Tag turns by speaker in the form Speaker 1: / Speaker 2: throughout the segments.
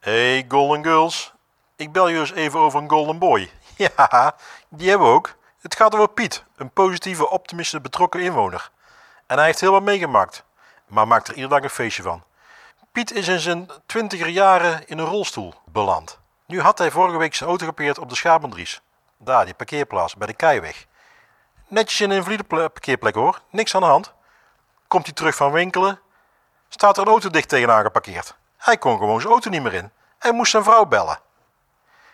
Speaker 1: Hey Golden Girls, ik bel je eens even over een Golden Boy. Ja, die hebben we ook. Het gaat over Piet, een positieve, optimistisch betrokken inwoner. En hij heeft heel wat meegemaakt, maar maakt er iedere dag een feestje van. Piet is in zijn twintiger jaren in een rolstoel beland. Nu had hij vorige week zijn auto geparkeerd op de Schapendries. Daar, die parkeerplaats, bij de Keiweg. Netjes in een invalide parkeerplek hoor, niks aan de hand. Komt hij terug van winkelen, staat er een auto dicht tegenaan geparkeerd. Hij kon gewoon zijn auto niet meer in en moest zijn vrouw bellen.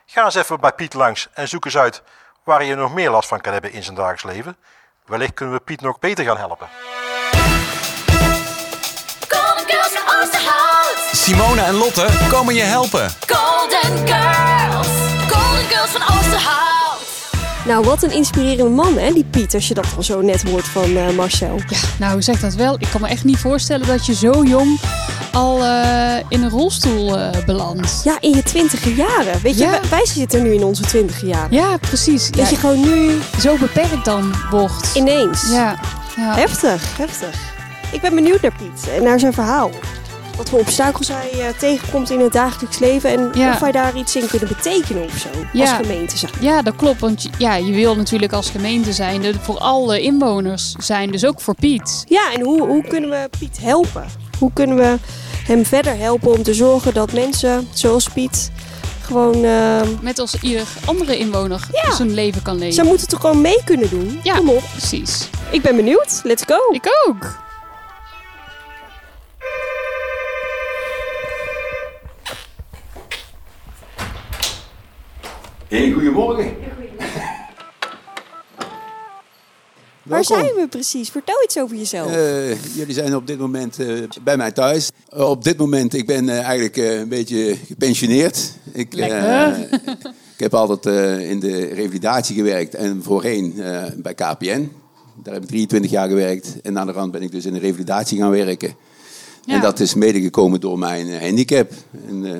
Speaker 1: Ga eens even bij Piet langs en zoek eens uit waar je nog meer last van kan hebben in zijn dagelijks leven. Wellicht kunnen we Piet nog beter gaan helpen.
Speaker 2: Golden Girls van Oosterhout.
Speaker 3: Simone en Lotte komen je helpen.
Speaker 2: Golden Girls. Golden Girls van Oosterhout.
Speaker 4: Nou, wat een inspirerende man, hè, die Piet, als je dat dan zo net hoort van eh, Marcel.
Speaker 5: Ja, nou zeg dat wel. Ik kan me echt niet voorstellen dat je zo jong al eh, in een rolstoel eh, belandt.
Speaker 4: Ja, in je twintige jaren. Weet je,
Speaker 5: Ja.
Speaker 4: wij, wij zitten nu in onze twintige jaren.
Speaker 5: Ja, precies. Ja,
Speaker 4: Dat je gewoon nu
Speaker 5: Zo beperkt dan wordt.
Speaker 4: ineens.
Speaker 5: Ja. ja.
Speaker 4: Heftig, heftig. Ik ben benieuwd naar Piet en naar zijn verhaal. Wat voor obstakels hij eh, tegenkomt in het dagelijks leven en
Speaker 5: Ja.
Speaker 4: of wij daar iets in kunnen betekenen of zo.
Speaker 5: Ja.
Speaker 4: Als gemeente zijn.
Speaker 5: Ja, dat klopt. Want je- ja, je wil natuurlijk als gemeente zijnde voor alle inwoners zijn. Dus ook voor Piet.
Speaker 4: Ja, en hoe, hoe kunnen we Piet helpen? Hoe kunnen we hem verder helpen om te zorgen dat mensen zoals Piet gewoon. eh,
Speaker 5: Net als ieder andere inwoner
Speaker 4: Ja.
Speaker 5: zijn leven kan leven.
Speaker 4: zij moeten toch gewoon mee kunnen doen?
Speaker 5: Ja.
Speaker 4: Kom op.
Speaker 5: Precies.
Speaker 4: Ik ben benieuwd. Let's go.
Speaker 5: Ik ook.
Speaker 6: Hey, goedemorgen.
Speaker 4: Waar
Speaker 7: Welkom.
Speaker 4: zijn we precies? Vertel iets over jezelf.
Speaker 7: Eh, jullie zijn op dit moment eh, bij mij thuis. Eh, op dit moment, ik ben eh, eigenlijk eh, een beetje gepensioneerd. Ik, eh,
Speaker 5: Lekker.
Speaker 7: ik heb altijd eh, in de revalidatie gewerkt en voorheen eh, bij KPN. Daar heb ik 23 jaar gewerkt. En aan de rand ben ik dus in de revalidatie gaan werken.
Speaker 5: Ja.
Speaker 7: En dat is medegekomen door mijn eh, handicap. En, eh,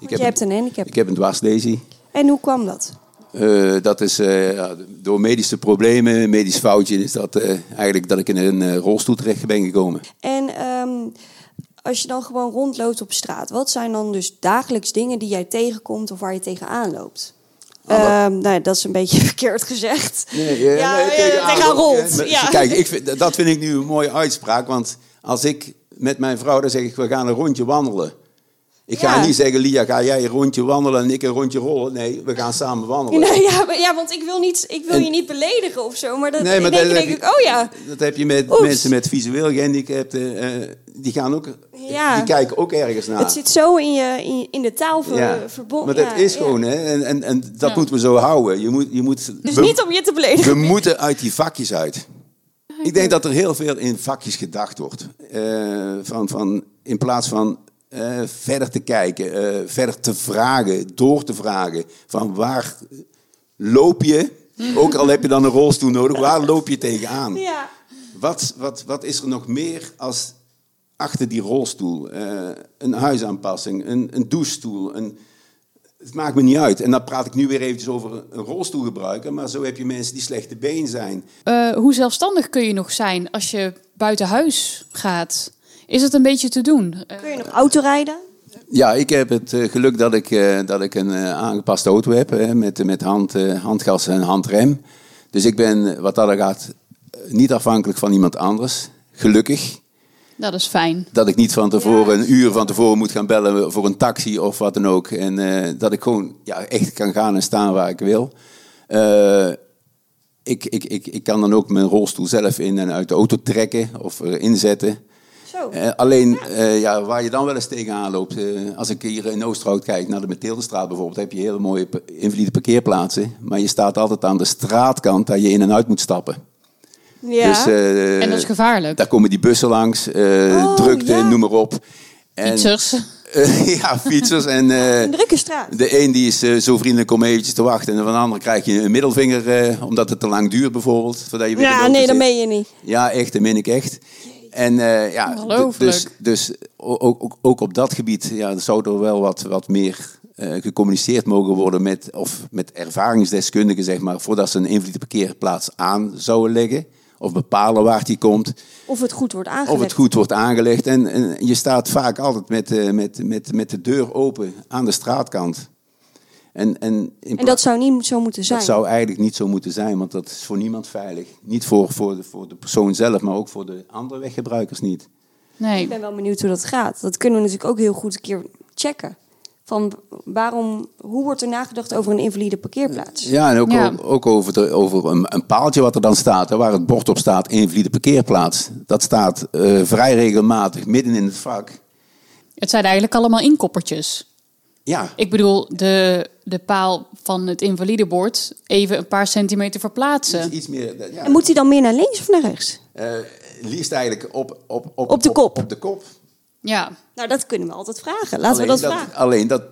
Speaker 7: ik
Speaker 4: je hebt een handicap.
Speaker 7: Ik heb een dwarslesie.
Speaker 4: En hoe kwam dat?
Speaker 7: Eh, dat is eh, ja, door medische problemen, medisch foutje, is dat eh, eigenlijk dat ik in een eh, rolstoel terecht ben gekomen.
Speaker 4: En ehm, als je dan gewoon rondloopt op straat, wat zijn dan dus dagelijks dingen die jij tegenkomt of waar je tegenaan loopt?
Speaker 7: Ah,
Speaker 4: Ehm, nou, dat is een beetje verkeerd gezegd.
Speaker 7: eh,
Speaker 4: ja,
Speaker 7: nee,
Speaker 4: eh,
Speaker 7: tegenaan
Speaker 4: tegenaan
Speaker 7: ook,
Speaker 4: rolt.
Speaker 7: eh,
Speaker 4: Ja.
Speaker 7: Kijk, ik vind, dat vind ik nu een mooie uitspraak. Want als ik met mijn vrouw, dan zeg ik, we gaan een rondje wandelen. Ik ga
Speaker 4: Ja.
Speaker 7: niet zeggen, Lia, ga jij een rondje wandelen en ik een rondje rollen. Nee, we gaan samen wandelen.
Speaker 4: Nee, Nou ja, maar- ja, want ik wil, niet, ik wil
Speaker 7: En-
Speaker 4: je niet beledigen of zo. Maar, dat,
Speaker 7: Nee, maar
Speaker 4: in één
Speaker 7: dat Ah.
Speaker 4: keer
Speaker 7: heb
Speaker 4: denk
Speaker 7: je-
Speaker 4: ik, oh ja.
Speaker 7: Dat heb je met
Speaker 4: Oeps.
Speaker 7: mensen met visueel gehandicapten. eh, die gaan ook,
Speaker 4: Ja.
Speaker 7: die kijken ook ergens naar.
Speaker 4: Het zit zo in, je, in, in de taal ver, verbonden.
Speaker 7: Maar dat
Speaker 4: Ja,
Speaker 7: is
Speaker 4: ja.
Speaker 7: gewoon, hè? En, en, en dat
Speaker 5: Ja.
Speaker 7: moeten we zo houden. Je moet, je moet,
Speaker 4: Dus
Speaker 7: we,
Speaker 4: niet om je te beledigen.
Speaker 7: we moeten uit die vakjes uit. Ik denk dat er heel veel in vakjes gedacht wordt. Eh, van, van, in plaats van eh, verder te kijken, eh, verder te vragen, door te vragen. Van waar loop je? Ook al heb je dan een rolstoel nodig, waar loop je tegenaan?
Speaker 4: Ja.
Speaker 7: Wat, wat, wat is er nog meer als achter die rolstoel? Eh, een huisaanpassing, een, een douchestoel. Een, het maakt me niet uit. En dan praat ik nu weer eventjes over een rolstoel gebruiken. Maar zo heb je mensen die slechte been zijn.
Speaker 5: Eh, hoe zelfstandig kun je nog zijn als je buiten huis gaat? Is het een beetje te doen? Eh,
Speaker 4: Kun je nog autorijden?
Speaker 7: Ja, ik heb het eh, geluk dat ik, eh, dat ik een eh, aangepaste auto heb. Hè, met met hand, eh, handgas en handrem. Dus ik ben, wat dat er gaat, eh, niet afhankelijk van iemand anders. Gelukkig.
Speaker 5: dat is fijn.
Speaker 7: Dat ik niet van tevoren, een uur van tevoren moet gaan bellen voor een taxi of wat dan ook. En eh, dat ik gewoon ja, echt kan gaan en staan waar ik wil. Eh, ik, ik, ik, ik kan dan ook mijn rolstoel zelf in en uit de auto trekken of eh, inzetten.
Speaker 4: Zo.
Speaker 7: Eh, alleen eh, ja, waar je dan wel eens tegenaan loopt. eh, als ik hier in Oosterhout kijk naar de Mathildestraat bijvoorbeeld, heb je hele mooie pa- invalide parkeerplaatsen. Maar je staat altijd aan de straatkant dat je in en uit moet stappen.
Speaker 4: ja.
Speaker 7: Dus, eh,
Speaker 5: En dat is gevaarlijk.
Speaker 7: Daar komen die bussen langs, eh,
Speaker 4: Oh,
Speaker 7: drukte,
Speaker 4: ja.
Speaker 7: noem maar op. En,
Speaker 5: Fietsers.
Speaker 7: Eh, ja, fietsers. En, eh,
Speaker 4: Een drukke straat.
Speaker 7: de een die is eh, zo vriendelijk om eventjes te wachten. En van de ander krijg je een middelvinger, eh, omdat het te lang duurt bijvoorbeeld. Voordat je weer in de
Speaker 4: Ja,
Speaker 7: auto
Speaker 4: nee, dat
Speaker 7: zit.
Speaker 4: meen je niet.
Speaker 7: Ja, echt, dat meen ik echt. En eh, ja, d-
Speaker 5: Ongelooflijk.
Speaker 7: dus, dus o- ook, ook, ook op dat gebied ja, zou er wel wat, wat meer eh, gecommuniceerd mogen worden met, of met ervaringsdeskundigen, zeg maar, voordat ze een invalide parkeerplaats aan zouden leggen. of bepalen waar die komt.
Speaker 4: Of het goed wordt aangelegd.
Speaker 7: Of het goed wordt aangelegd. En, en je staat vaak altijd met, eh, met, met, met de deur open aan de straatkant. En, en, in
Speaker 4: En dat zou niet zo moeten zijn.
Speaker 7: dat zou eigenlijk niet zo moeten zijn, want dat is voor niemand veilig. Niet voor, voor, de, voor de persoon zelf, maar ook voor de andere weggebruikers niet.
Speaker 5: Nee.
Speaker 4: Ik ben wel benieuwd hoe dat gaat. Dat kunnen we natuurlijk ook heel goed een keer checken. Van waarom, hoe wordt er nagedacht over een invalide parkeerplaats?
Speaker 7: Ja, en ook,
Speaker 5: Ja.
Speaker 7: o- ook over, de, over een, een paaltje wat er dan staat, hè, waar het bord op staat, invalide parkeerplaats. Dat staat eh, vrij regelmatig midden in het vak.
Speaker 5: Het zijn eigenlijk allemaal inkoppertjes.
Speaker 7: Ja,
Speaker 5: Ik bedoel, de, de paal van het invalidebord even een paar centimeter verplaatsen.
Speaker 7: iets meer. Ja,
Speaker 4: En eh, moet die dan meer naar links of naar rechts?
Speaker 7: eh, liefst eigenlijk op, op, op,
Speaker 4: Op de kop.
Speaker 7: Op, de kop.
Speaker 5: Ja,
Speaker 4: Nou, dat kunnen we altijd vragen. Laten
Speaker 7: alleen,
Speaker 4: we dat, vragen.
Speaker 7: alleen dat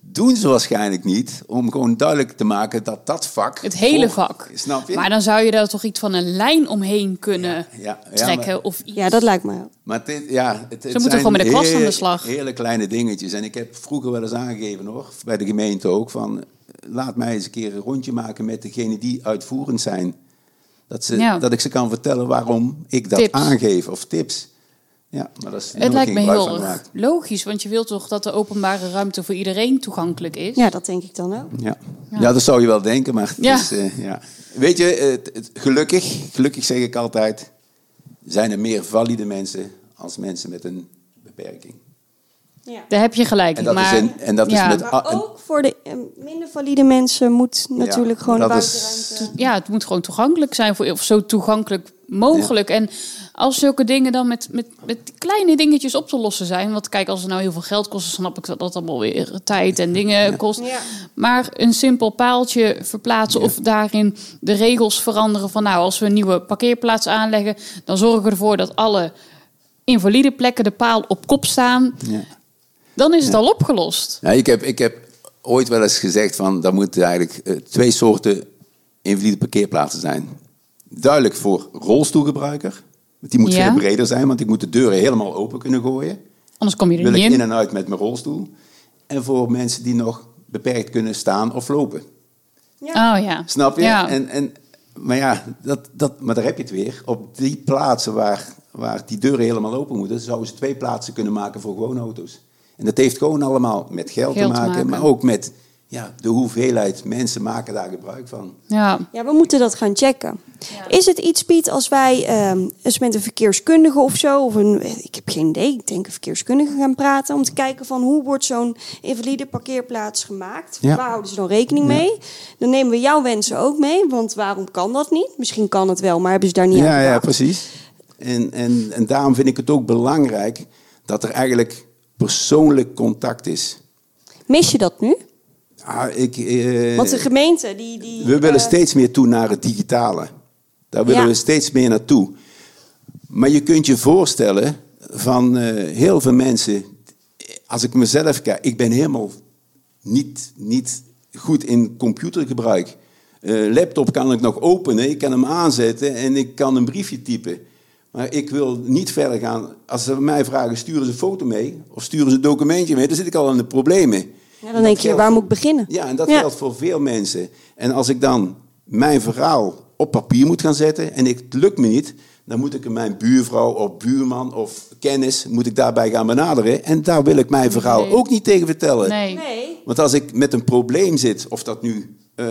Speaker 7: doen ze waarschijnlijk niet, om gewoon duidelijk te maken dat dat vak.
Speaker 5: het hele
Speaker 7: voor-
Speaker 5: vak.
Speaker 7: Oh, Snap je?
Speaker 5: Maar dan zou je daar toch iets van een lijn omheen kunnen
Speaker 7: ja, ja,
Speaker 5: trekken.
Speaker 7: maar-
Speaker 5: of iets.
Speaker 4: Ja, dat lijkt me.
Speaker 7: Maar het, is- ja, het, het
Speaker 5: moeten
Speaker 7: zijn
Speaker 5: gewoon met de kwast aan de
Speaker 7: hele-
Speaker 5: slag.
Speaker 7: Hele kleine dingetjes. En ik heb vroeger wel eens aangegeven hoor, bij de gemeente ook, van eh, laat mij eens een keer een rondje maken met degenen die uitvoerend zijn. Dat, ze,
Speaker 5: Ja.
Speaker 7: dat ik ze kan vertellen waarom ik dat
Speaker 5: Tips.
Speaker 7: aangeef of tips. Ja, maar dat is er
Speaker 5: het
Speaker 7: nog
Speaker 5: lijkt
Speaker 7: geen
Speaker 5: me
Speaker 7: gebruik
Speaker 5: heel
Speaker 7: van
Speaker 5: erg
Speaker 7: gemaakt.
Speaker 5: logisch, want je wilt toch dat de openbare ruimte voor iedereen toegankelijk is?
Speaker 4: Ja, dat denk ik dan ook.
Speaker 7: Ja. Ja. dat zou je wel denken, maar het
Speaker 5: Ja.
Speaker 7: is, eh, ja. Weet je, eh, het- het- gelukkig, gelukkig zeg ik altijd, zijn er meer valide mensen als mensen met een beperking.
Speaker 5: Daar heb je gelijk.
Speaker 7: En dat
Speaker 5: maar,
Speaker 7: is in- en dat is
Speaker 5: ja,
Speaker 7: met- Ah,
Speaker 4: Maar
Speaker 7: en-
Speaker 4: ook voor de eh, minder valide mensen moet natuurlijk
Speaker 7: Ja,
Speaker 4: gewoon de
Speaker 7: dat is-
Speaker 4: buitenruimte...
Speaker 5: ja, het moet gewoon toegankelijk zijn, voor, of zo toegankelijk mogelijk. En als zulke dingen dan met, met, met die kleine dingetjes op te lossen zijn. Want kijk, als het nou heel veel geld kost, dan snap ik dat dat allemaal weer tijd en dingen kost.
Speaker 4: Ja.
Speaker 5: Maar een simpel paaltje verplaatsen of daarin de regels veranderen. Van nou, als we een nieuwe parkeerplaats aanleggen, dan zorgen we ervoor dat alle invalide plekken de paal op kop staan.
Speaker 7: Ja.
Speaker 5: Dan is het al opgelost.
Speaker 7: Nou, ik, heb, ik heb ooit wel eens gezegd van er moeten eigenlijk eh, twee soorten invalide parkeerplaatsen zijn. Duidelijk voor rolstoelgebruiker. Want die moet
Speaker 5: Ja.
Speaker 7: veel breder zijn, want ik moet de deuren helemaal open kunnen gooien.
Speaker 5: Anders kom je er
Speaker 7: Wil ik
Speaker 5: niet
Speaker 7: in
Speaker 5: in.
Speaker 7: en uit met mijn rolstoel. En voor mensen die nog beperkt kunnen staan of lopen.
Speaker 5: Oh ja.
Speaker 7: Snap je?
Speaker 5: Ja.
Speaker 7: En, en, maar ja, dat, dat, maar daar heb je het weer. Op die plaatsen waar, waar die deuren helemaal open moeten, zouden ze twee plaatsen kunnen maken voor gewoon auto's. En dat heeft gewoon allemaal met geld,
Speaker 5: Geld
Speaker 7: te maken,
Speaker 5: maken.
Speaker 7: maar ook met ja, de hoeveelheid mensen maken daar gebruik van.
Speaker 5: ja.
Speaker 4: Ja, we moeten dat gaan checken. Is het iets, Piet, als wij ehm, eens met een verkeerskundige of zo, of een, ik heb geen idee, ik denk een verkeerskundige gaan praten, om te kijken van hoe wordt zo'n invalide parkeerplaats gemaakt?
Speaker 7: Ja.
Speaker 4: Waar houden ze dan rekening mee? Dan nemen we jouw wensen ook mee, want waarom kan dat niet? Misschien kan het wel, maar hebben ze daar niet aan
Speaker 7: ja, ja,
Speaker 4: gedacht?
Speaker 7: precies. En, en, en daarom vind ik het ook belangrijk dat er eigenlijk persoonlijk contact is.
Speaker 4: Mis je dat nu?
Speaker 7: Ah, ik, eh,
Speaker 4: Want de gemeente die... die
Speaker 7: We willen
Speaker 4: eh,
Speaker 7: steeds meer toe naar het digitale. Daar willen
Speaker 4: Ja.
Speaker 7: we steeds meer naartoe. Maar je kunt je voorstellen van eh, heel veel mensen. Als ik mezelf kijk, ik ben helemaal niet, niet goed in computergebruik. Eh, laptop kan ik nog openen, ik kan hem aanzetten en ik kan een briefje typen. Maar ik wil niet verder gaan. Als ze mij vragen, sturen ze een foto mee of sturen ze een documentje mee, dan zit ik al in de problemen.
Speaker 4: ja, dan denk je,
Speaker 7: geldt
Speaker 4: waar
Speaker 7: voor-
Speaker 4: moet ik beginnen?
Speaker 7: ja, en dat geldt voor veel mensen. En als ik dan mijn verhaal op papier moet gaan zetten en ik, het lukt me niet, dan moet ik mijn buurvrouw of buurman of kennis moet ik daarbij gaan benaderen. En daar wil ik mijn verhaal
Speaker 5: Nee.
Speaker 7: ook niet tegen vertellen.
Speaker 5: Nee.
Speaker 4: Nee,
Speaker 7: Want als ik met een probleem zit, of dat nu eh,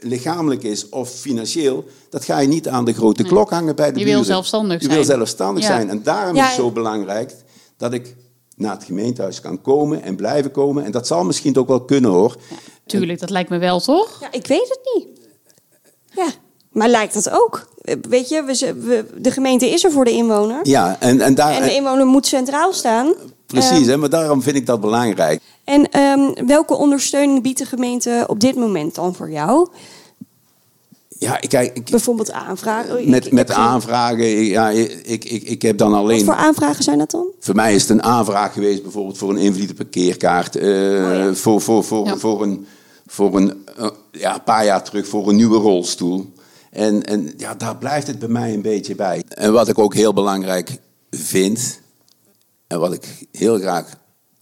Speaker 7: lichamelijk is of financieel, dat ga je niet aan de grote klok hangen bij de
Speaker 5: Je wil
Speaker 7: buren.
Speaker 5: zelfstandig
Speaker 7: Je
Speaker 5: zijn.
Speaker 7: wil zelfstandig
Speaker 5: Ja.
Speaker 7: zijn. En daarom
Speaker 4: Ja,
Speaker 7: is het
Speaker 4: ja.
Speaker 7: zo belangrijk dat ik naar het gemeentehuis kan komen en blijven komen. En dat zal misschien ook wel kunnen hoor.
Speaker 5: Tuurlijk, dat lijkt me wel, toch?
Speaker 4: Ja, ik weet het niet. Ja, maar lijkt dat ook? Eh, Weet je, we, z- we- de gemeente is er voor de inwoner.
Speaker 7: Ja, en, en daar.
Speaker 4: En de inwoner moet centraal staan.
Speaker 7: Ah, eh, precies,
Speaker 4: Eh,
Speaker 7: hè, maar daarom vind ik dat belangrijk.
Speaker 4: en ehm, welke ondersteuning biedt de gemeente op dit moment dan voor jou?
Speaker 7: Ja, ik kijk. ik-
Speaker 4: Bijvoorbeeld aanvragen. Oh, Ik-
Speaker 7: met
Speaker 4: ik
Speaker 7: met
Speaker 4: heb geen-
Speaker 7: aanvragen, ja, ik, ik, ik, ik heb dan alleen.
Speaker 4: Wat voor aanvragen zijn dat dan?
Speaker 7: Voor mij is het een aanvraag geweest, bijvoorbeeld voor een invalide parkeerkaart.
Speaker 4: Oh,
Speaker 7: eh, Voor, voor, voor,
Speaker 5: Ja.
Speaker 7: voor een, voor een, eh, ja, een paar jaar terug voor een nieuwe rolstoel. En, en ja, daar blijft het bij mij een beetje bij. En wat ik ook heel belangrijk vind, en wat ik heel graag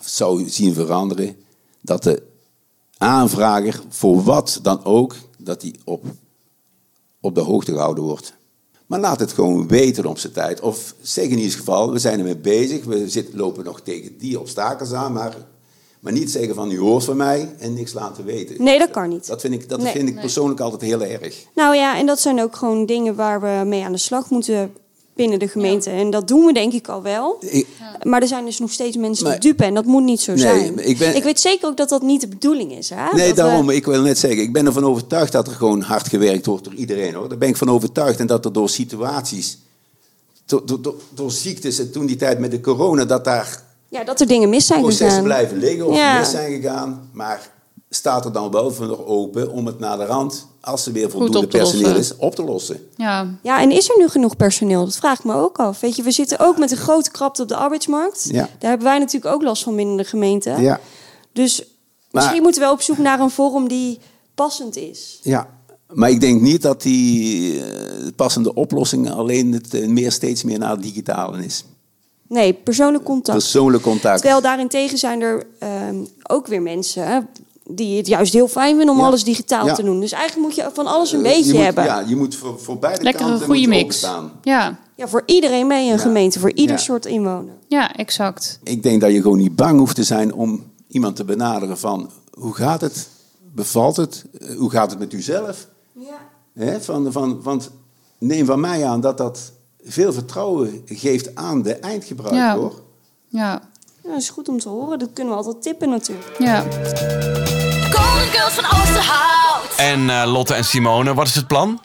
Speaker 7: zou zien veranderen, dat de aanvrager voor wat dan ook, dat die op, op de hoogte gehouden wordt. Maar laat het gewoon weten op zijn tijd. Of zeg in ieder geval, we zijn ermee bezig. We zitten, lopen nog tegen die obstakels aan. Maar, maar niet zeggen van, u hoort van mij en niks laten weten.
Speaker 4: Nee, dat kan niet.
Speaker 7: Dat vind ik, dat
Speaker 4: Nee.
Speaker 7: vind ik persoonlijk altijd heel erg.
Speaker 4: Nou ja, en dat zijn ook gewoon dingen waar we mee aan de slag moeten binnen de gemeente. En dat doen we denk ik al wel.
Speaker 7: Ik-
Speaker 4: Maar er zijn dus nog steeds mensen
Speaker 7: Maar-
Speaker 4: die dupe en dat moet niet zo
Speaker 7: Nee,
Speaker 4: zijn.
Speaker 7: maar ik ben-
Speaker 4: weet zeker ook dat dat niet de bedoeling is. Hè?
Speaker 7: Nee,
Speaker 4: Dat we-
Speaker 7: daarom. Ik wil net zeggen, ik ben ervan overtuigd dat er gewoon hard gewerkt wordt door iedereen hoor. Daar ben ik van overtuigd. En dat er door situaties, door, door, door, door ziektes en toen die tijd met de corona, dat daar
Speaker 4: Ja, dat er dingen mis zijn
Speaker 7: processen
Speaker 4: gegaan.
Speaker 7: blijven liggen of
Speaker 4: Ja.
Speaker 7: mis zijn gegaan. Maar staat er dan wel voor open om het naar de rand, als er weer voldoende
Speaker 5: op te
Speaker 7: personeel
Speaker 5: lossen.
Speaker 7: is, op te lossen?
Speaker 5: Ja,
Speaker 4: Ja, en is er nu genoeg personeel? Dat vraag ik me ook af. Weet je, we zitten ook met een grote krapte op de arbeidsmarkt.
Speaker 7: Ja.
Speaker 4: Daar hebben wij natuurlijk ook last van binnen de gemeente.
Speaker 7: Ja.
Speaker 4: Dus misschien moeten we op zoek naar een vorm die passend is.
Speaker 7: Ja. Maar ik denk niet dat die eh, passende oplossing alleen het eh, meer steeds meer naar het digitale is.
Speaker 4: Nee, persoonlijk contact.
Speaker 7: Persoonlijk contact.
Speaker 4: Nou, Terwijl daarentegen zijn er ehm, ook weer mensen hè, die het juist heel fijn vinden om
Speaker 7: Ja.
Speaker 4: alles digitaal
Speaker 7: Ja.
Speaker 4: te doen. Dus eigenlijk moet je van alles een
Speaker 7: Eh,
Speaker 4: beetje
Speaker 7: je moet,
Speaker 4: hebben.
Speaker 7: Ja,
Speaker 4: Ja.
Speaker 7: je moet voor, voor beide
Speaker 5: lekker een
Speaker 7: kanten
Speaker 5: goede
Speaker 7: moet je
Speaker 5: mix.
Speaker 7: openstaan.
Speaker 5: Ja.
Speaker 4: voor iedereen mee een gemeente, voor ieder
Speaker 7: Ja.
Speaker 4: soort inwoner.
Speaker 5: ja, exact.
Speaker 7: Ik denk dat je gewoon niet bang hoeft te zijn om iemand te benaderen van hoe gaat het? Bevalt het? Eh, Hoe gaat het met uzelf? Hè, van, van, want neem van mij aan dat dat veel vertrouwen geeft aan de eindgebruiker.
Speaker 5: Ja.
Speaker 7: Hoor.
Speaker 5: Ja,
Speaker 4: Ja, dat is goed om te horen. Dat kunnen we altijd tippen natuurlijk.
Speaker 5: ja.
Speaker 2: Golden Girls van Oosterhout.
Speaker 3: En eh, Lotte en Simone, wat is het plan?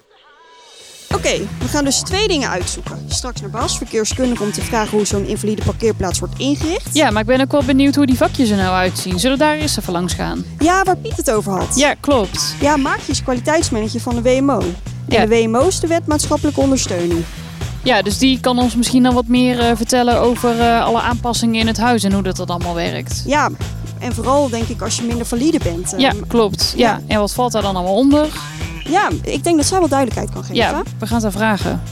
Speaker 4: Oké, we gaan dus twee dingen uitzoeken. Straks naar Bas, verkeerskundige, om te vragen hoe zo'n invalide parkeerplaats wordt ingericht.
Speaker 5: ja, maar ik ben ook wel benieuwd hoe die vakjes er nou uitzien. Zullen we daar eerst even langs gaan?
Speaker 4: Ja, waar Piet het over had.
Speaker 5: Ja, klopt.
Speaker 4: Ja, maak je eens kwaliteitsmanager van de WMO.
Speaker 5: Ja.
Speaker 4: En de WMO is de wet maatschappelijke ondersteuning.
Speaker 5: Ja, dus die kan ons misschien dan wat meer eh, vertellen over eh, alle aanpassingen in het huis en hoe dat, dat allemaal werkt.
Speaker 4: Ja, en vooral denk ik als je minder valide bent. eh,
Speaker 5: Ja, klopt. Ja. En wat valt daar dan allemaal onder?
Speaker 4: Ja, ik denk dat zij wel duidelijkheid kan geven.
Speaker 5: Ja, we gaan het haar vragen.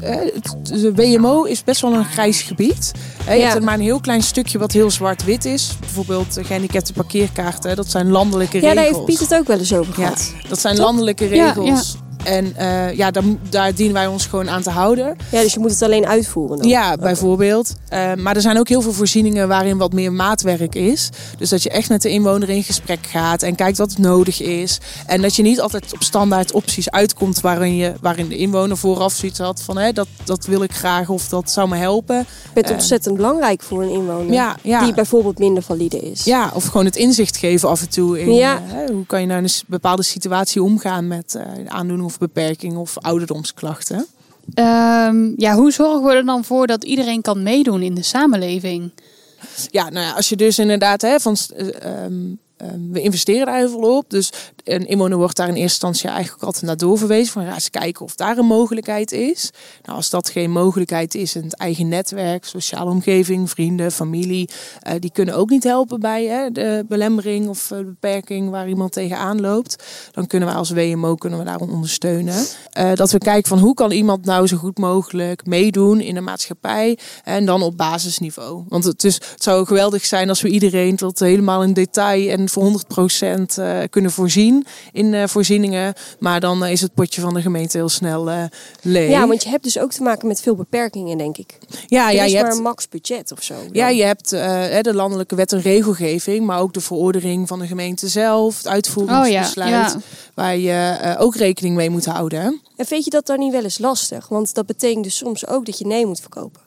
Speaker 6: Hè, het- De WMO is best wel een grijs gebied. Hè, Je
Speaker 4: Ja.
Speaker 6: hebt er maar een heel klein stukje wat heel zwart-wit is. Bijvoorbeeld de gehandicapte parkeerkaarten. hè, Dat zijn landelijke
Speaker 4: Ja,
Speaker 6: regels.
Speaker 4: daar heeft Piet het ook wel eens over
Speaker 6: Ja,
Speaker 4: gehad.
Speaker 6: dat zijn
Speaker 4: Toch?
Speaker 6: landelijke
Speaker 5: Ja,
Speaker 6: regels. En eh, ja, daar, daar dienen wij ons gewoon aan te houden.
Speaker 8: Ja, dus je moet het alleen uitvoeren dan?
Speaker 6: Ja, bijvoorbeeld. Eh, maar er zijn ook heel veel voorzieningen waarin wat meer maatwerk is. Dus dat je echt met de inwoner in gesprek gaat en kijkt wat nodig is. En dat je niet altijd op standaard opties uitkomt waarin, je, waarin de inwoner vooraf zoiets had van hè, dat, dat wil ik graag of dat zou me helpen.
Speaker 8: Je bent ontzettend belangrijk voor een inwoner.
Speaker 6: Ja, ja.
Speaker 8: Die bijvoorbeeld minder valide is.
Speaker 6: Ja, of gewoon het inzicht geven af en toe in
Speaker 8: Ja.
Speaker 6: eh, hè, hoe kan je nou in een s- bepaalde situatie omgaan met eh aandoening of beperking of ouderdomsklachten.
Speaker 5: Ehm, ja, hoe zorgen we er dan voor dat iedereen kan meedoen in de samenleving?
Speaker 6: ja, nou ja, als je dus inderdaad hè, van. eh, ehm, ehm, we investeren daar heel veel op. Dus een inwoner wordt daar in eerste instantie eigenlijk ook altijd naar doorverwezen. Van ga eens kijken of daar een mogelijkheid is. Nou, als dat geen mogelijkheid is in het eigen netwerk, sociale omgeving, vrienden, familie. eh, die kunnen ook niet helpen bij hè, de belemmering of eh, beperking waar iemand tegenaan loopt. Dan kunnen we als WMO kunnen we daarom ondersteunen. Eh, dat we kijken van hoe kan iemand nou zo goed mogelijk meedoen in de maatschappij. En dan op basisniveau. Want het, is, het zou geweldig zijn als we iedereen tot helemaal in detail en voor 100% eh, kunnen voorzien in eh, voorzieningen. Maar dan eh, is het potje van de gemeente heel snel eh, leeg.
Speaker 8: Ja, want je hebt dus ook te maken met veel beperkingen, denk ik.
Speaker 6: ja,
Speaker 4: Ah,
Speaker 8: er
Speaker 6: ja,
Speaker 8: is
Speaker 6: je
Speaker 8: maar
Speaker 6: hebt,
Speaker 8: een max budget of zo. dan.
Speaker 6: ja, je hebt eh, hè, de landelijke wet en regelgeving, maar ook de verordening van de gemeente zelf, het uitvoeringsbesluit,
Speaker 5: Oh ja, ja.
Speaker 6: waar je eh, ook rekening mee moet houden.
Speaker 8: En vind je dat dan niet wel eens lastig? Want dat betekent dus soms ook dat je nee moet verkopen.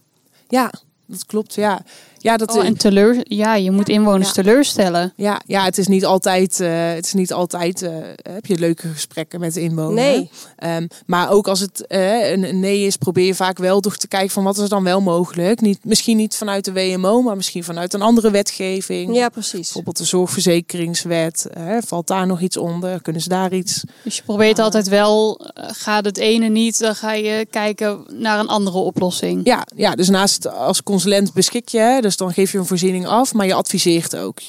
Speaker 6: Ja, dat klopt. Ja, ja dat
Speaker 5: Oh, en teleur... Ja, je moet inwoners
Speaker 6: Ja.
Speaker 5: teleurstellen.
Speaker 6: Ja, ja, het is niet altijd, eh, het is niet altijd eh, heb je leuke gesprekken met de inwoner.
Speaker 8: Nee.
Speaker 6: Ehm, maar ook als het eh, een een nee is, probeer je vaak wel door te kijken van wat is dan wel mogelijk. Niet, misschien niet vanuit de WMO, maar misschien vanuit een andere wetgeving.
Speaker 8: Ja, precies.
Speaker 6: Bijvoorbeeld de zorgverzekeringswet. eh, valt daar nog iets onder? Kunnen ze daar iets?
Speaker 5: Dus je probeert altijd wel, eh, gaat het ene niet, dan ga je kijken naar een andere oplossing.
Speaker 6: Ja, ja, dus naast als consulent beschik je, hè, dus dan geef je een voorziening af, maar je adviseert ook.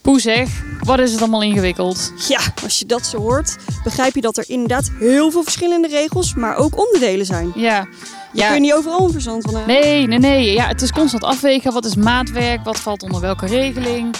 Speaker 5: Poe zeg, wat is het allemaal ingewikkeld?
Speaker 4: Ja, als je dat zo hoort, begrijp je dat er inderdaad heel veel verschillende regels, maar ook onderdelen zijn.
Speaker 5: Ja,
Speaker 4: Je
Speaker 5: ja.
Speaker 4: kunt niet overal een verzand van hebben.
Speaker 5: Nee, nee, nee. Ja, het is constant afwegen. Wat is maatwerk? Wat valt onder welke regeling?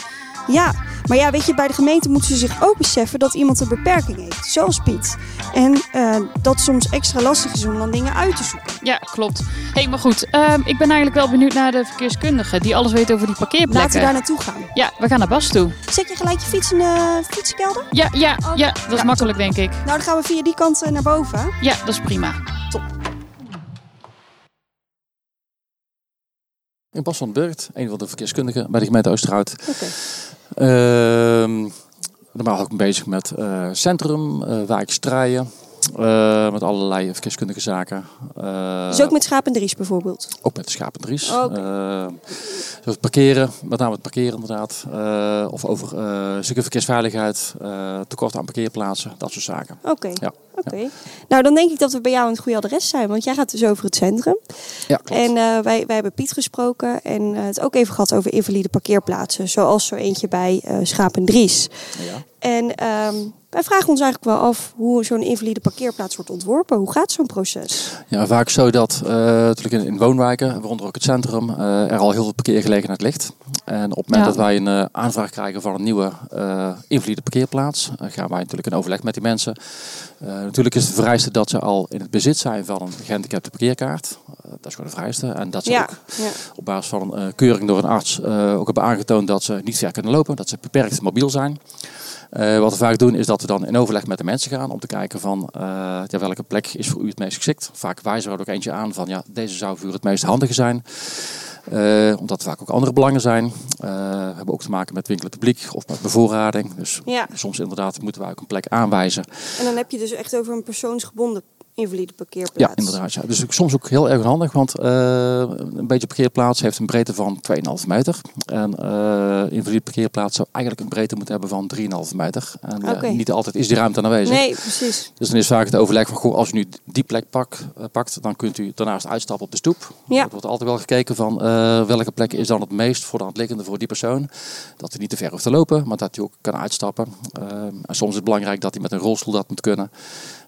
Speaker 4: Ja, Maar ja, weet je, bij de gemeente moeten ze zich ook beseffen dat iemand een beperking heeft, zoals Piet. En eh, dat soms extra lastig is om dan dingen uit te zoeken.
Speaker 5: Ja, klopt. Hé, hey, maar goed. ehm, ik ben eigenlijk wel benieuwd naar de verkeerskundige die alles weet over die parkeerplekken.
Speaker 4: Laten we daar naartoe gaan.
Speaker 5: Ja, we gaan naar Bas toe.
Speaker 4: Zet je gelijk je fiets in de fietsenkelder?
Speaker 5: Ja, ja,
Speaker 4: Oh,
Speaker 5: ja, dat is
Speaker 4: ja,
Speaker 5: makkelijk denk ik.
Speaker 4: Nou, dan gaan we via die kant eh, naar boven.
Speaker 5: Ja, dat is prima.
Speaker 9: Ik Bas van Burgt, een van de verkeerskundigen bij de gemeente Oosterhout.
Speaker 4: Oké.
Speaker 9: Ehm, normaal ook bezig met eh, centrum, eh wijkstraaien, eh, met allerlei verkeerskundige zaken. Eh,
Speaker 4: Dus ook met schaap en dries bijvoorbeeld.
Speaker 9: ook met de schapendries.
Speaker 4: Oh,
Speaker 5: Eh,
Speaker 4: oké.
Speaker 9: zoals dus parkeren, met name het parkeren inderdaad. Eh, of over eh stukken verkeersveiligheid, eh, tekort aan parkeerplaatsen, dat soort zaken.
Speaker 4: Oké.
Speaker 9: Ja,
Speaker 4: Oké. Nou, dan denk ik dat we bij jou aan het goede adres zijn, want jij gaat dus over het centrum.
Speaker 9: ja klopt.
Speaker 4: En eh, wij, wij hebben Piet gesproken en eh, het ook even gehad over invalide parkeerplaatsen, zoals zo eentje bij eh Schaap en Dries.
Speaker 9: Ja.
Speaker 4: En ehm, wij vragen ons eigenlijk wel af hoe zo'n invalide parkeerplaats wordt ontworpen. Hoe gaat zo'n proces?
Speaker 9: Ja, vaak zo dat eh, natuurlijk in, in woonwijken, waaronder ook het centrum, eh, er al heel veel parkeergelegenheid ligt. En op het
Speaker 5: Ja.
Speaker 9: moment dat wij een eh, aanvraag krijgen van een nieuwe eh invalide parkeerplaats, eh, gaan wij natuurlijk in overleg met die mensen. Eh, natuurlijk is het vereiste dat ze al in het bezit zijn van een gehandicapte parkeerkaart. Eh, dat is gewoon een vereiste. En dat ze
Speaker 4: Ja,
Speaker 9: ook
Speaker 4: ja.
Speaker 9: op basis van een eh, keuring door een arts eh, ook hebben aangetoond dat ze niet ver kunnen lopen, dat ze beperkt mobiel zijn. Eh, wat we vaak doen is dat we dan in overleg met de mensen gaan om te kijken van eh, ja, welke plek is voor u het meest geschikt. Vaak wijzen we er ook eentje aan van ja, deze zou voor u het meest handige zijn. Eh, omdat er vaak ook andere belangen zijn. Eh, we hebben ook te maken met winkelend publiek of met bevoorrading. Dus
Speaker 4: Ja.
Speaker 9: soms inderdaad moeten wij ook een plek aanwijzen.
Speaker 4: En dan heb je dus echt over een persoonsgebonden invalide parkeerplaats.
Speaker 9: Ja, inderdaad. Ja. Dus ook soms ook heel erg handig, want eh, een beetje parkeerplaats heeft een breedte van 2,5 meter. En eh invalide parkeerplaats zou eigenlijk een breedte moeten hebben van 3,5 meter. En eh,
Speaker 4: Oké.
Speaker 9: niet altijd is die ruimte aanwezig.
Speaker 4: Nee, precies.
Speaker 9: Dus dan is vaak het overleg van, goh, als u nu die plek pak, eh, pakt, dan kunt u daarnaast uitstappen op de stoep.
Speaker 4: Ja.
Speaker 9: Er wordt altijd wel gekeken van eh, welke plek is dan het meest voor de hand liggende voor die persoon. Dat hij niet te ver hoeft te lopen, maar dat hij ook kan uitstappen. Eh, en soms is het belangrijk dat hij met een rolstoel dat moet kunnen.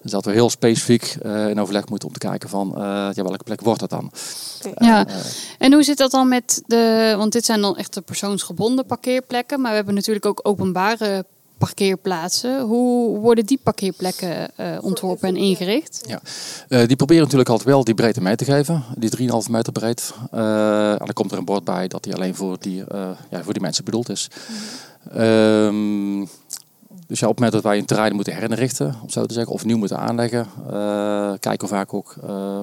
Speaker 9: Dus dat we heel specifiek eh, in overleg moeten om te kijken van, eh, ja, welke plek wordt dat dan?
Speaker 5: Ja. En hoe zit dat dan met de. Want dit zijn dan echt de persoonsgebonden parkeerplekken. Maar we hebben natuurlijk ook openbare parkeerplaatsen. Hoe worden die parkeerplekken eh, ontworpen en ingericht?
Speaker 9: Ja. Eh, die proberen natuurlijk altijd wel die breedte mee te geven, die 3,5 meter breed. Eh, en dan komt er een bord bij dat die alleen voor die, eh, ja, voor die mensen bedoeld is.
Speaker 4: Mhm.
Speaker 9: Ehm, dus ja, op het moment dat wij een terrein moeten herinrichten, om zo te zeggen, of nieuw moeten aanleggen, eh, kijken we vaak ook eh,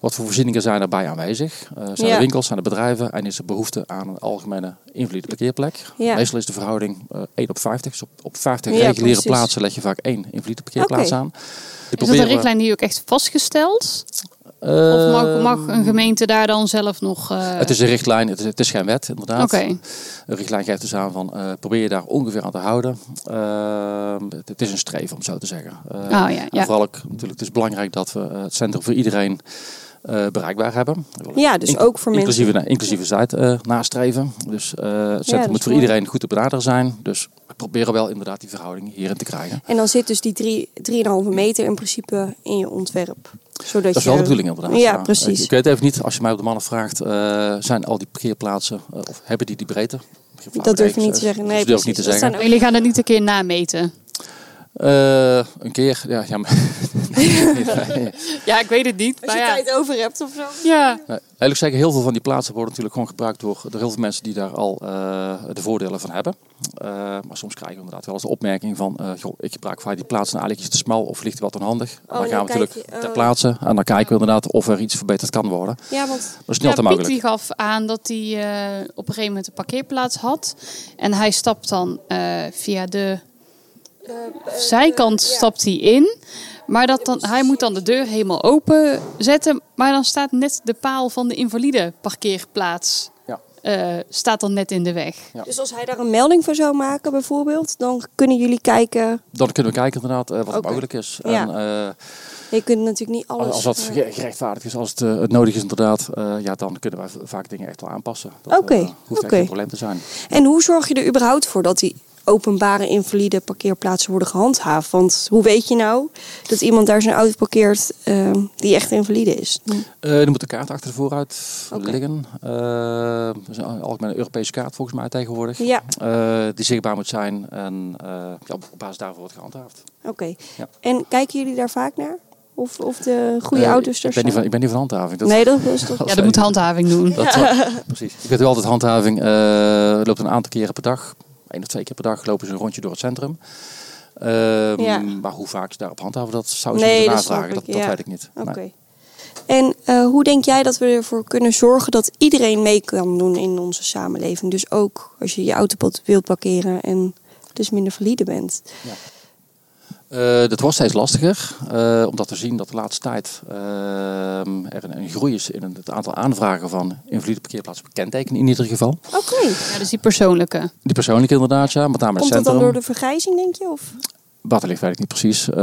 Speaker 9: wat voor voorzieningen zijn daarbij aanwezig. Eh, zijn
Speaker 4: Ja.
Speaker 9: er winkels, zijn er bedrijven en is er behoefte aan een algemene invalide parkeerplek?
Speaker 4: Ja.
Speaker 9: Meestal is de verhouding eh 1 op 50. Dus op, op 50
Speaker 4: Ja,
Speaker 9: reguliere
Speaker 4: precies.
Speaker 9: plaatsen leg je vaak één invalide parkeerplaats
Speaker 4: Oké.
Speaker 9: aan. Die
Speaker 5: Is dat een
Speaker 9: proberen we-
Speaker 5: richtlijn die ook echt vastgesteld? Of
Speaker 4: Ehm,
Speaker 5: mag, mag een gemeente daar dan zelf nog. eh,
Speaker 9: Ehm, Het is een richtlijn, het is, het is geen wet inderdaad.
Speaker 5: Oké,
Speaker 9: Een richtlijn geeft dus aan van eh, probeer je daar ongeveer aan te houden. Ehm, het, het is een streven om zo te zeggen. Eh,
Speaker 4: Ah,
Speaker 5: ja, ja.
Speaker 9: en Vooral ook natuurlijk, het is belangrijk dat we eh, het centrum voor iedereen eh, bereikbaar hebben. We willen
Speaker 4: Ja, dus
Speaker 9: inc-
Speaker 4: ook voor mensen.
Speaker 9: inclusieve, mensen. Inclusiviteit eh, nastreven. Dus eh, het centrum
Speaker 4: dat
Speaker 9: moet
Speaker 4: is
Speaker 9: voor
Speaker 4: mooi.
Speaker 9: iedereen goed te benaderen zijn. Dus we proberen wel inderdaad die verhouding hierin te krijgen.
Speaker 4: En dan zit dus die drie- 3,5 meter in principe in je ontwerp. Zodat
Speaker 9: Dat is
Speaker 4: je...
Speaker 9: wel de bedoeling inderdaad.
Speaker 4: Ja,
Speaker 9: Ik,
Speaker 4: precies.
Speaker 9: ik weet even niet, als je mij op de mannen vraagt, eh, zijn al die parkeerplaatsen, eh, of hebben die die breedte? Geen flauw
Speaker 4: Dat durf ik
Speaker 9: idee.
Speaker 4: niet te zeggen. Nee,
Speaker 9: dat durf eh, dus ik niet te
Speaker 4: precies. Dat
Speaker 9: zeggen.
Speaker 4: zijn ook-
Speaker 5: jullie gaan het niet een keer nameten.
Speaker 9: Eh, een keer, ja, ja maar... nee.
Speaker 5: Ja, ik weet het niet.
Speaker 4: Als je tijd over hebt of zo.
Speaker 5: ja.
Speaker 9: Nee, Eerlijk zeggen, Eh, heel veel van die plaatsen worden natuurlijk gewoon gebruikt door, door heel veel mensen die daar al eh, de voordelen van hebben. Eh, maar soms krijgen we inderdaad wel eens de opmerking van, eh, joh, ik gebruik vaak die plaats nou eigenlijk is het te smal of ligt die wat onhandig. dan
Speaker 4: dan
Speaker 9: gaan we
Speaker 4: Oh, kijk
Speaker 9: natuurlijk
Speaker 4: je-
Speaker 9: ter
Speaker 4: oh.
Speaker 9: plaatse en dan kijken we inderdaad of er iets verbeterd kan worden.
Speaker 4: Ja, want
Speaker 9: Dat is niet
Speaker 5: Ja,
Speaker 9: altijd
Speaker 5: Piet
Speaker 9: mogelijk.
Speaker 5: die gaf aan dat hij eh, op een gegeven moment een parkeerplaats had. En hij stapt dan eh, via de eh, zijkant stapt hij in. Maar dat dan, hij moet dan de deur helemaal open zetten. Maar dan staat net de paal van de invalide parkeerplaats
Speaker 9: Ja.
Speaker 5: eh, staat dan net in de weg.
Speaker 4: Dus als hij daar een melding voor zou maken bijvoorbeeld, dan kunnen jullie kijken.
Speaker 9: Dan kunnen we kijken inderdaad eh, wat
Speaker 4: Oké.
Speaker 9: mogelijk is.
Speaker 4: Ja.
Speaker 9: En, eh,
Speaker 4: Je kunt natuurlijk niet alles...
Speaker 9: Als, als dat
Speaker 4: eh,
Speaker 9: ge- gerechtvaardigd is, als het eh, nodig is inderdaad, eh, ja, dan kunnen wij v- vaak dingen echt wel aanpassen. Dat,
Speaker 4: Oké,
Speaker 9: eh, hoeft echt
Speaker 4: oké.
Speaker 9: geen probleem te zijn.
Speaker 4: En hoe zorg je er überhaupt voor dat die openbare invalide parkeerplaatsen worden gehandhaafd. Want hoe weet je nou dat iemand daar zijn auto parkeert eh, die echt invalide is?
Speaker 9: Eh er moet een kaart achter de vooruit
Speaker 4: Oké.
Speaker 9: liggen. Eh, dat is een algemene Europese kaart volgens mij tegenwoordig.
Speaker 4: Ja,
Speaker 9: Eh, die zichtbaar moet zijn en eh, ja, op basis daarvan wordt gehandhaafd.
Speaker 4: oké.
Speaker 9: Ja.
Speaker 4: En kijken jullie daar vaak naar? Of, of de goede
Speaker 9: Eh,
Speaker 4: auto's
Speaker 9: ik
Speaker 4: er
Speaker 9: ben, niet
Speaker 4: zijn?
Speaker 9: van, ik ben niet van handhaving. Dat,
Speaker 4: Nee, dat is toch...
Speaker 5: Ja, dat moet handhaving doen.
Speaker 9: dat- precies. Ik weet wel altijd handhaving. eh, loopt een aantal keren per dag. één of twee keer per dag lopen ze een rondje door het centrum. Ehm,
Speaker 4: Ja.
Speaker 9: Maar hoe vaak ze daarop handhaven, dat zou ze
Speaker 4: Nee,
Speaker 9: moeten
Speaker 4: dat snap
Speaker 9: navragen. Dat,
Speaker 4: ik,
Speaker 9: dat
Speaker 4: ja.
Speaker 9: weet ik niet. Nee.
Speaker 4: Oké. En eh, hoe denk jij dat we ervoor kunnen zorgen dat iedereen mee kan doen in onze samenleving? Dus ook als je je auto pot- wilt parkeren en dus minder valide bent.
Speaker 9: Eh, dat wordt steeds lastiger, eh, omdat we zien dat de laatste tijd eh, er een, een groei is in het aantal aanvragen van invalide parkeerplaatsen bekendtekenen in ieder geval.
Speaker 4: Oké.
Speaker 5: Ja, dus die persoonlijke.
Speaker 9: Die persoonlijk inderdaad, ja, met name in
Speaker 4: Komt dat
Speaker 9: het
Speaker 4: dan
Speaker 9: centrum.
Speaker 4: door de vergrijzing, denk je? Of?
Speaker 9: Wat er ligt weet ik niet precies. Eh,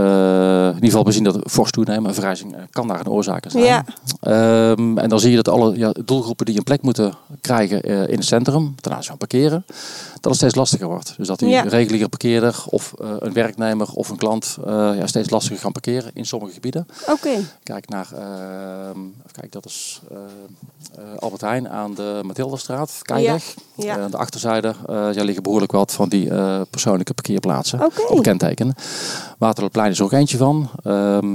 Speaker 9: in ieder geval we zien dat fors toenemen. Een verrijzing eh, kan daar een oorzaak zijn.
Speaker 4: Ja.
Speaker 9: Ehm, en dan zie je dat alle ja, doelgroepen die een plek moeten krijgen eh, in het centrum, ten aanzien van parkeren, dat het steeds lastiger wordt. Dus dat die
Speaker 4: Ja.
Speaker 9: reguliere parkeerder of eh, een werknemer of een klant eh, ja, steeds lastiger gaan parkeren in sommige gebieden.
Speaker 4: Oké.
Speaker 9: Kijk naar, ehm, even kijken, dat is eh, eh, Albert Heijn aan de Mathildastraat, Keideg.
Speaker 4: Ja.
Speaker 9: Eh, aan de achterzijde eh ja, liggen behoorlijk wat van die eh, persoonlijke parkeerplaatsen
Speaker 4: Oké.
Speaker 9: op kenteken. Waterloopplein is er ook eentje van. Ehm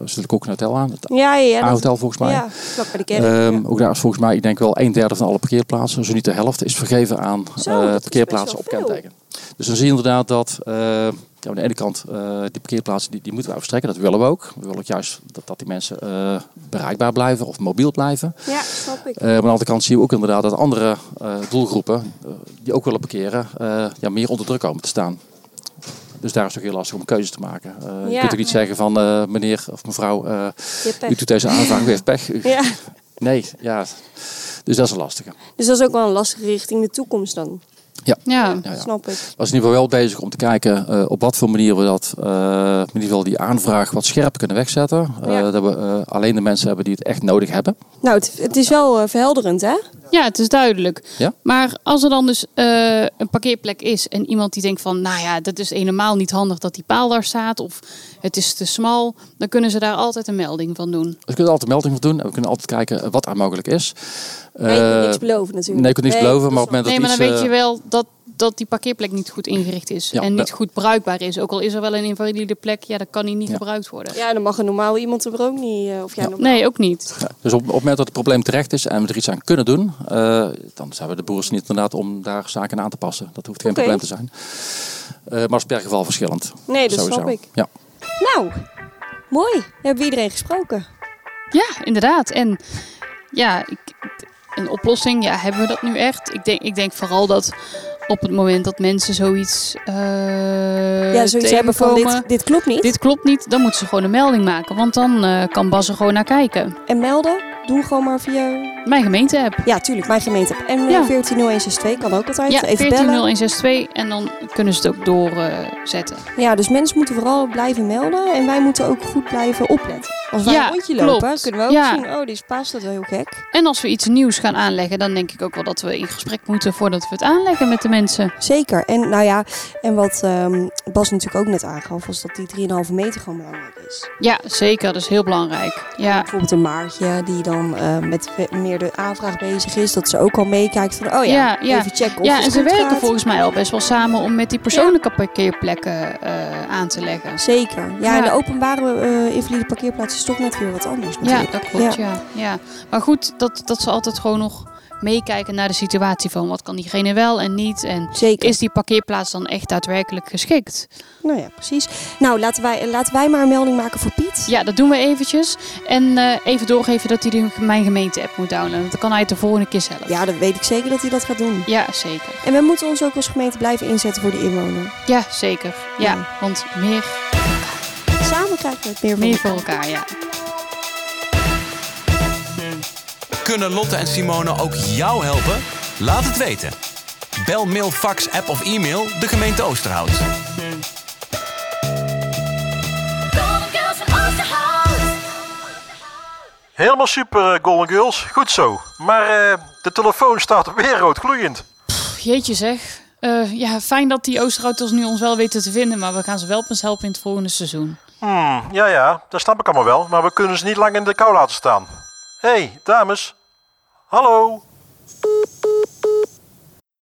Speaker 9: er zit ook een hotel aan, het
Speaker 4: Ja, ja, ja. dat-
Speaker 9: A-hotel volgens mij.
Speaker 4: Ja, vlak bij de kerk.
Speaker 9: Ehm,
Speaker 4: ja.
Speaker 9: Ook daar is volgens mij, ik denk wel een derde van alle parkeerplaatsen, zo niet de helft, is vergeven aan
Speaker 4: Zo,
Speaker 9: eh,
Speaker 4: dat is best
Speaker 9: parkeerplaatsen
Speaker 4: wel
Speaker 9: op
Speaker 4: veel.
Speaker 9: kenteken. Dus dan zie je inderdaad dat eh, ja, aan de ene kant eh, die parkeerplaatsen die, die moeten we verstrekken, dat willen we ook. We willen ook juist dat, dat die mensen eh, bereikbaar blijven of mobiel blijven.
Speaker 4: Ja, snap ik.
Speaker 9: Eh, maar aan de andere kant zie je ook inderdaad dat andere eh, doelgroepen eh, die ook willen parkeren, eh, ja, meer onder druk komen te staan. Dus daar is het ook heel lastig om keuzes te maken. Eh, Je
Speaker 4: Ja.
Speaker 9: kunt ook niet zeggen van eh, meneer of mevrouw, eh,
Speaker 4: Je hebt
Speaker 9: u
Speaker 4: pech.
Speaker 9: doet deze aanvraag, u heeft pech. U-
Speaker 4: Ja.
Speaker 9: Nee, ja. Dus dat is een lastige.
Speaker 4: Dus dat is ook wel een lastige richting de toekomst dan.
Speaker 5: Ja.
Speaker 9: Ja, ja.
Speaker 4: Snap ik.
Speaker 9: We zijn in ieder geval wel bezig om te kijken eh, op wat voor manier we dat, eh, in ieder geval die aanvraag wat scherp kunnen wegzetten. Eh,
Speaker 4: Ja.
Speaker 9: Dat we eh, alleen de mensen hebben die het echt nodig hebben.
Speaker 4: Nou, het, het is wel eh, verhelderend, hè?
Speaker 5: ja, het is duidelijk.
Speaker 9: Ja?
Speaker 5: Maar als er dan dus eh, een parkeerplek is en iemand die denkt van, nou ja, dat is helemaal niet handig dat die paal daar staat of het is te smal, dan kunnen ze daar altijd een melding van doen.
Speaker 9: Dus we kunnen altijd melding van doen en we kunnen altijd kijken eh, wat er mogelijk is.
Speaker 4: Maar je kunt
Speaker 9: Eh,
Speaker 4: niks beloven natuurlijk.
Speaker 9: Nee, ik kan niks beloven, maar op het moment dat
Speaker 5: nee, maar dan
Speaker 9: iets,
Speaker 5: weet
Speaker 9: eh,
Speaker 5: je wel dat, dat die parkeerplek niet goed ingericht is
Speaker 9: Ja,
Speaker 5: en niet
Speaker 9: ja.
Speaker 5: goed bruikbaar is. Ook al is er wel een invalide plek, ja, dan kan die niet
Speaker 9: Ja.
Speaker 5: gebruikt worden.
Speaker 4: Ja, dan mag een normaal iemand er ook niet... eh, of jij normaal.
Speaker 5: Nee, ook niet.
Speaker 9: Ja, Dus op, op het moment dat het probleem terecht is en we er iets aan kunnen doen, eh, dan zijn we de boers niet inderdaad om daar zaken aan te passen. Dat hoeft geen
Speaker 4: Oké.
Speaker 9: probleem te zijn. Eh, maar het is per geval verschillend.
Speaker 4: Nee, dat
Speaker 9: Sowieso.
Speaker 4: snap ik.
Speaker 9: Ja.
Speaker 4: Nou, mooi. We hebben iedereen gesproken.
Speaker 5: Ja, inderdaad. En ja, ik, een oplossing, ja, hebben we dat nu echt? Ik denk, ik denk vooral dat op het moment dat mensen zoiets. eh
Speaker 4: ja, zoiets hebben van
Speaker 5: tegenkomen,
Speaker 4: dit, dit klopt niet.
Speaker 5: Dit klopt niet, dan moeten ze gewoon een melding maken. Want dan eh, kan Bas er gewoon naar kijken.
Speaker 4: En melden, doe gewoon maar via...
Speaker 5: Mijn gemeente-app.
Speaker 4: Ja, tuurlijk, mijn gemeente. En eh,
Speaker 5: Ja.
Speaker 4: 140162 kan ook altijd.
Speaker 5: Ja,
Speaker 4: Even bellen.
Speaker 5: 140162. En dan kunnen ze het ook doorzetten.
Speaker 4: Ja, dus mensen moeten vooral blijven melden. En wij moeten ook goed blijven opletten. Als wij
Speaker 5: Ja,
Speaker 4: een rondje
Speaker 5: klopt.
Speaker 4: lopen, kunnen we ook
Speaker 5: Ja.
Speaker 4: zien... Oh, die paas dat heel gek.
Speaker 5: en als we iets nieuws gaan aanleggen, dan denk ik ook wel dat we in gesprek moeten voordat we het aanleggen met de mensen.
Speaker 4: Zeker. En nou ja, en wat ehm, Bas natuurlijk ook net aangaf... was dat die 3,5 meter gewoon belangrijk is.
Speaker 5: Ja, zeker. Dat is heel belangrijk. Ja.
Speaker 4: Bijvoorbeeld een maartje die dan eh, met we- meer de aanvraag bezig is. Dat ze ook al meekijkt van... Oh ja,
Speaker 5: Ja, ja.
Speaker 4: even checken of
Speaker 5: Ja,
Speaker 4: het
Speaker 5: en ze
Speaker 4: goed
Speaker 5: werken
Speaker 4: gaat.
Speaker 5: volgens mij al best wel samen om met die persoonlijke parkeerplekken eh, aan te leggen.
Speaker 4: Zeker. Ja,
Speaker 5: Ja.
Speaker 4: en de openbare eh invalide parkeerplaats is toch net weer wat anders
Speaker 5: Ja,
Speaker 4: natuurlijk.
Speaker 5: dat klopt, ja. ja. Maar goed, dat, dat ze altijd gewoon nog meekijken naar de situatie van wat kan diegene wel en niet. En
Speaker 4: Zeker.
Speaker 5: is die parkeerplaats dan echt daadwerkelijk geschikt?
Speaker 4: Nou ja, precies. Nou, laten wij, laten wij maar een melding maken voor Piet.
Speaker 5: Ja, dat doen we eventjes. En eh, even doorgeven dat hij de Mijn Gemeente-app moet downloaden. Dan kan hij het de volgende keer zelf.
Speaker 4: Ja, dat weet ik zeker dat hij dat gaat doen.
Speaker 5: Ja, zeker.
Speaker 4: En we moeten ons ook als gemeente blijven inzetten voor de inwoner.
Speaker 5: Ja, zeker. Ja,
Speaker 4: Ja.
Speaker 5: want meer,
Speaker 4: Samen krijgen we het meer,
Speaker 5: meer
Speaker 4: van.
Speaker 5: voor elkaar, ja.
Speaker 3: Kunnen Lotte en Simone ook jou helpen? Laat het weten. Bel, mail, fax, app of e-mail de gemeente Oosterhout.
Speaker 2: Golden Girls van Oosterhout.
Speaker 1: Helemaal super, eh, Golden Girls. Goed zo. Maar eh, de telefoon staat weer rood gloeiend.
Speaker 5: Pff, jeetje zeg. Eh, ja, fijn dat die Oosterhouters nu ons wel weten te vinden, maar we gaan ze wel op eens helpen in het volgende seizoen.
Speaker 1: Hmm, ja, ja, dat snap ik allemaal wel, maar we kunnen ze niet lang in de kou laten staan. Hé, hey, dames. Hallo.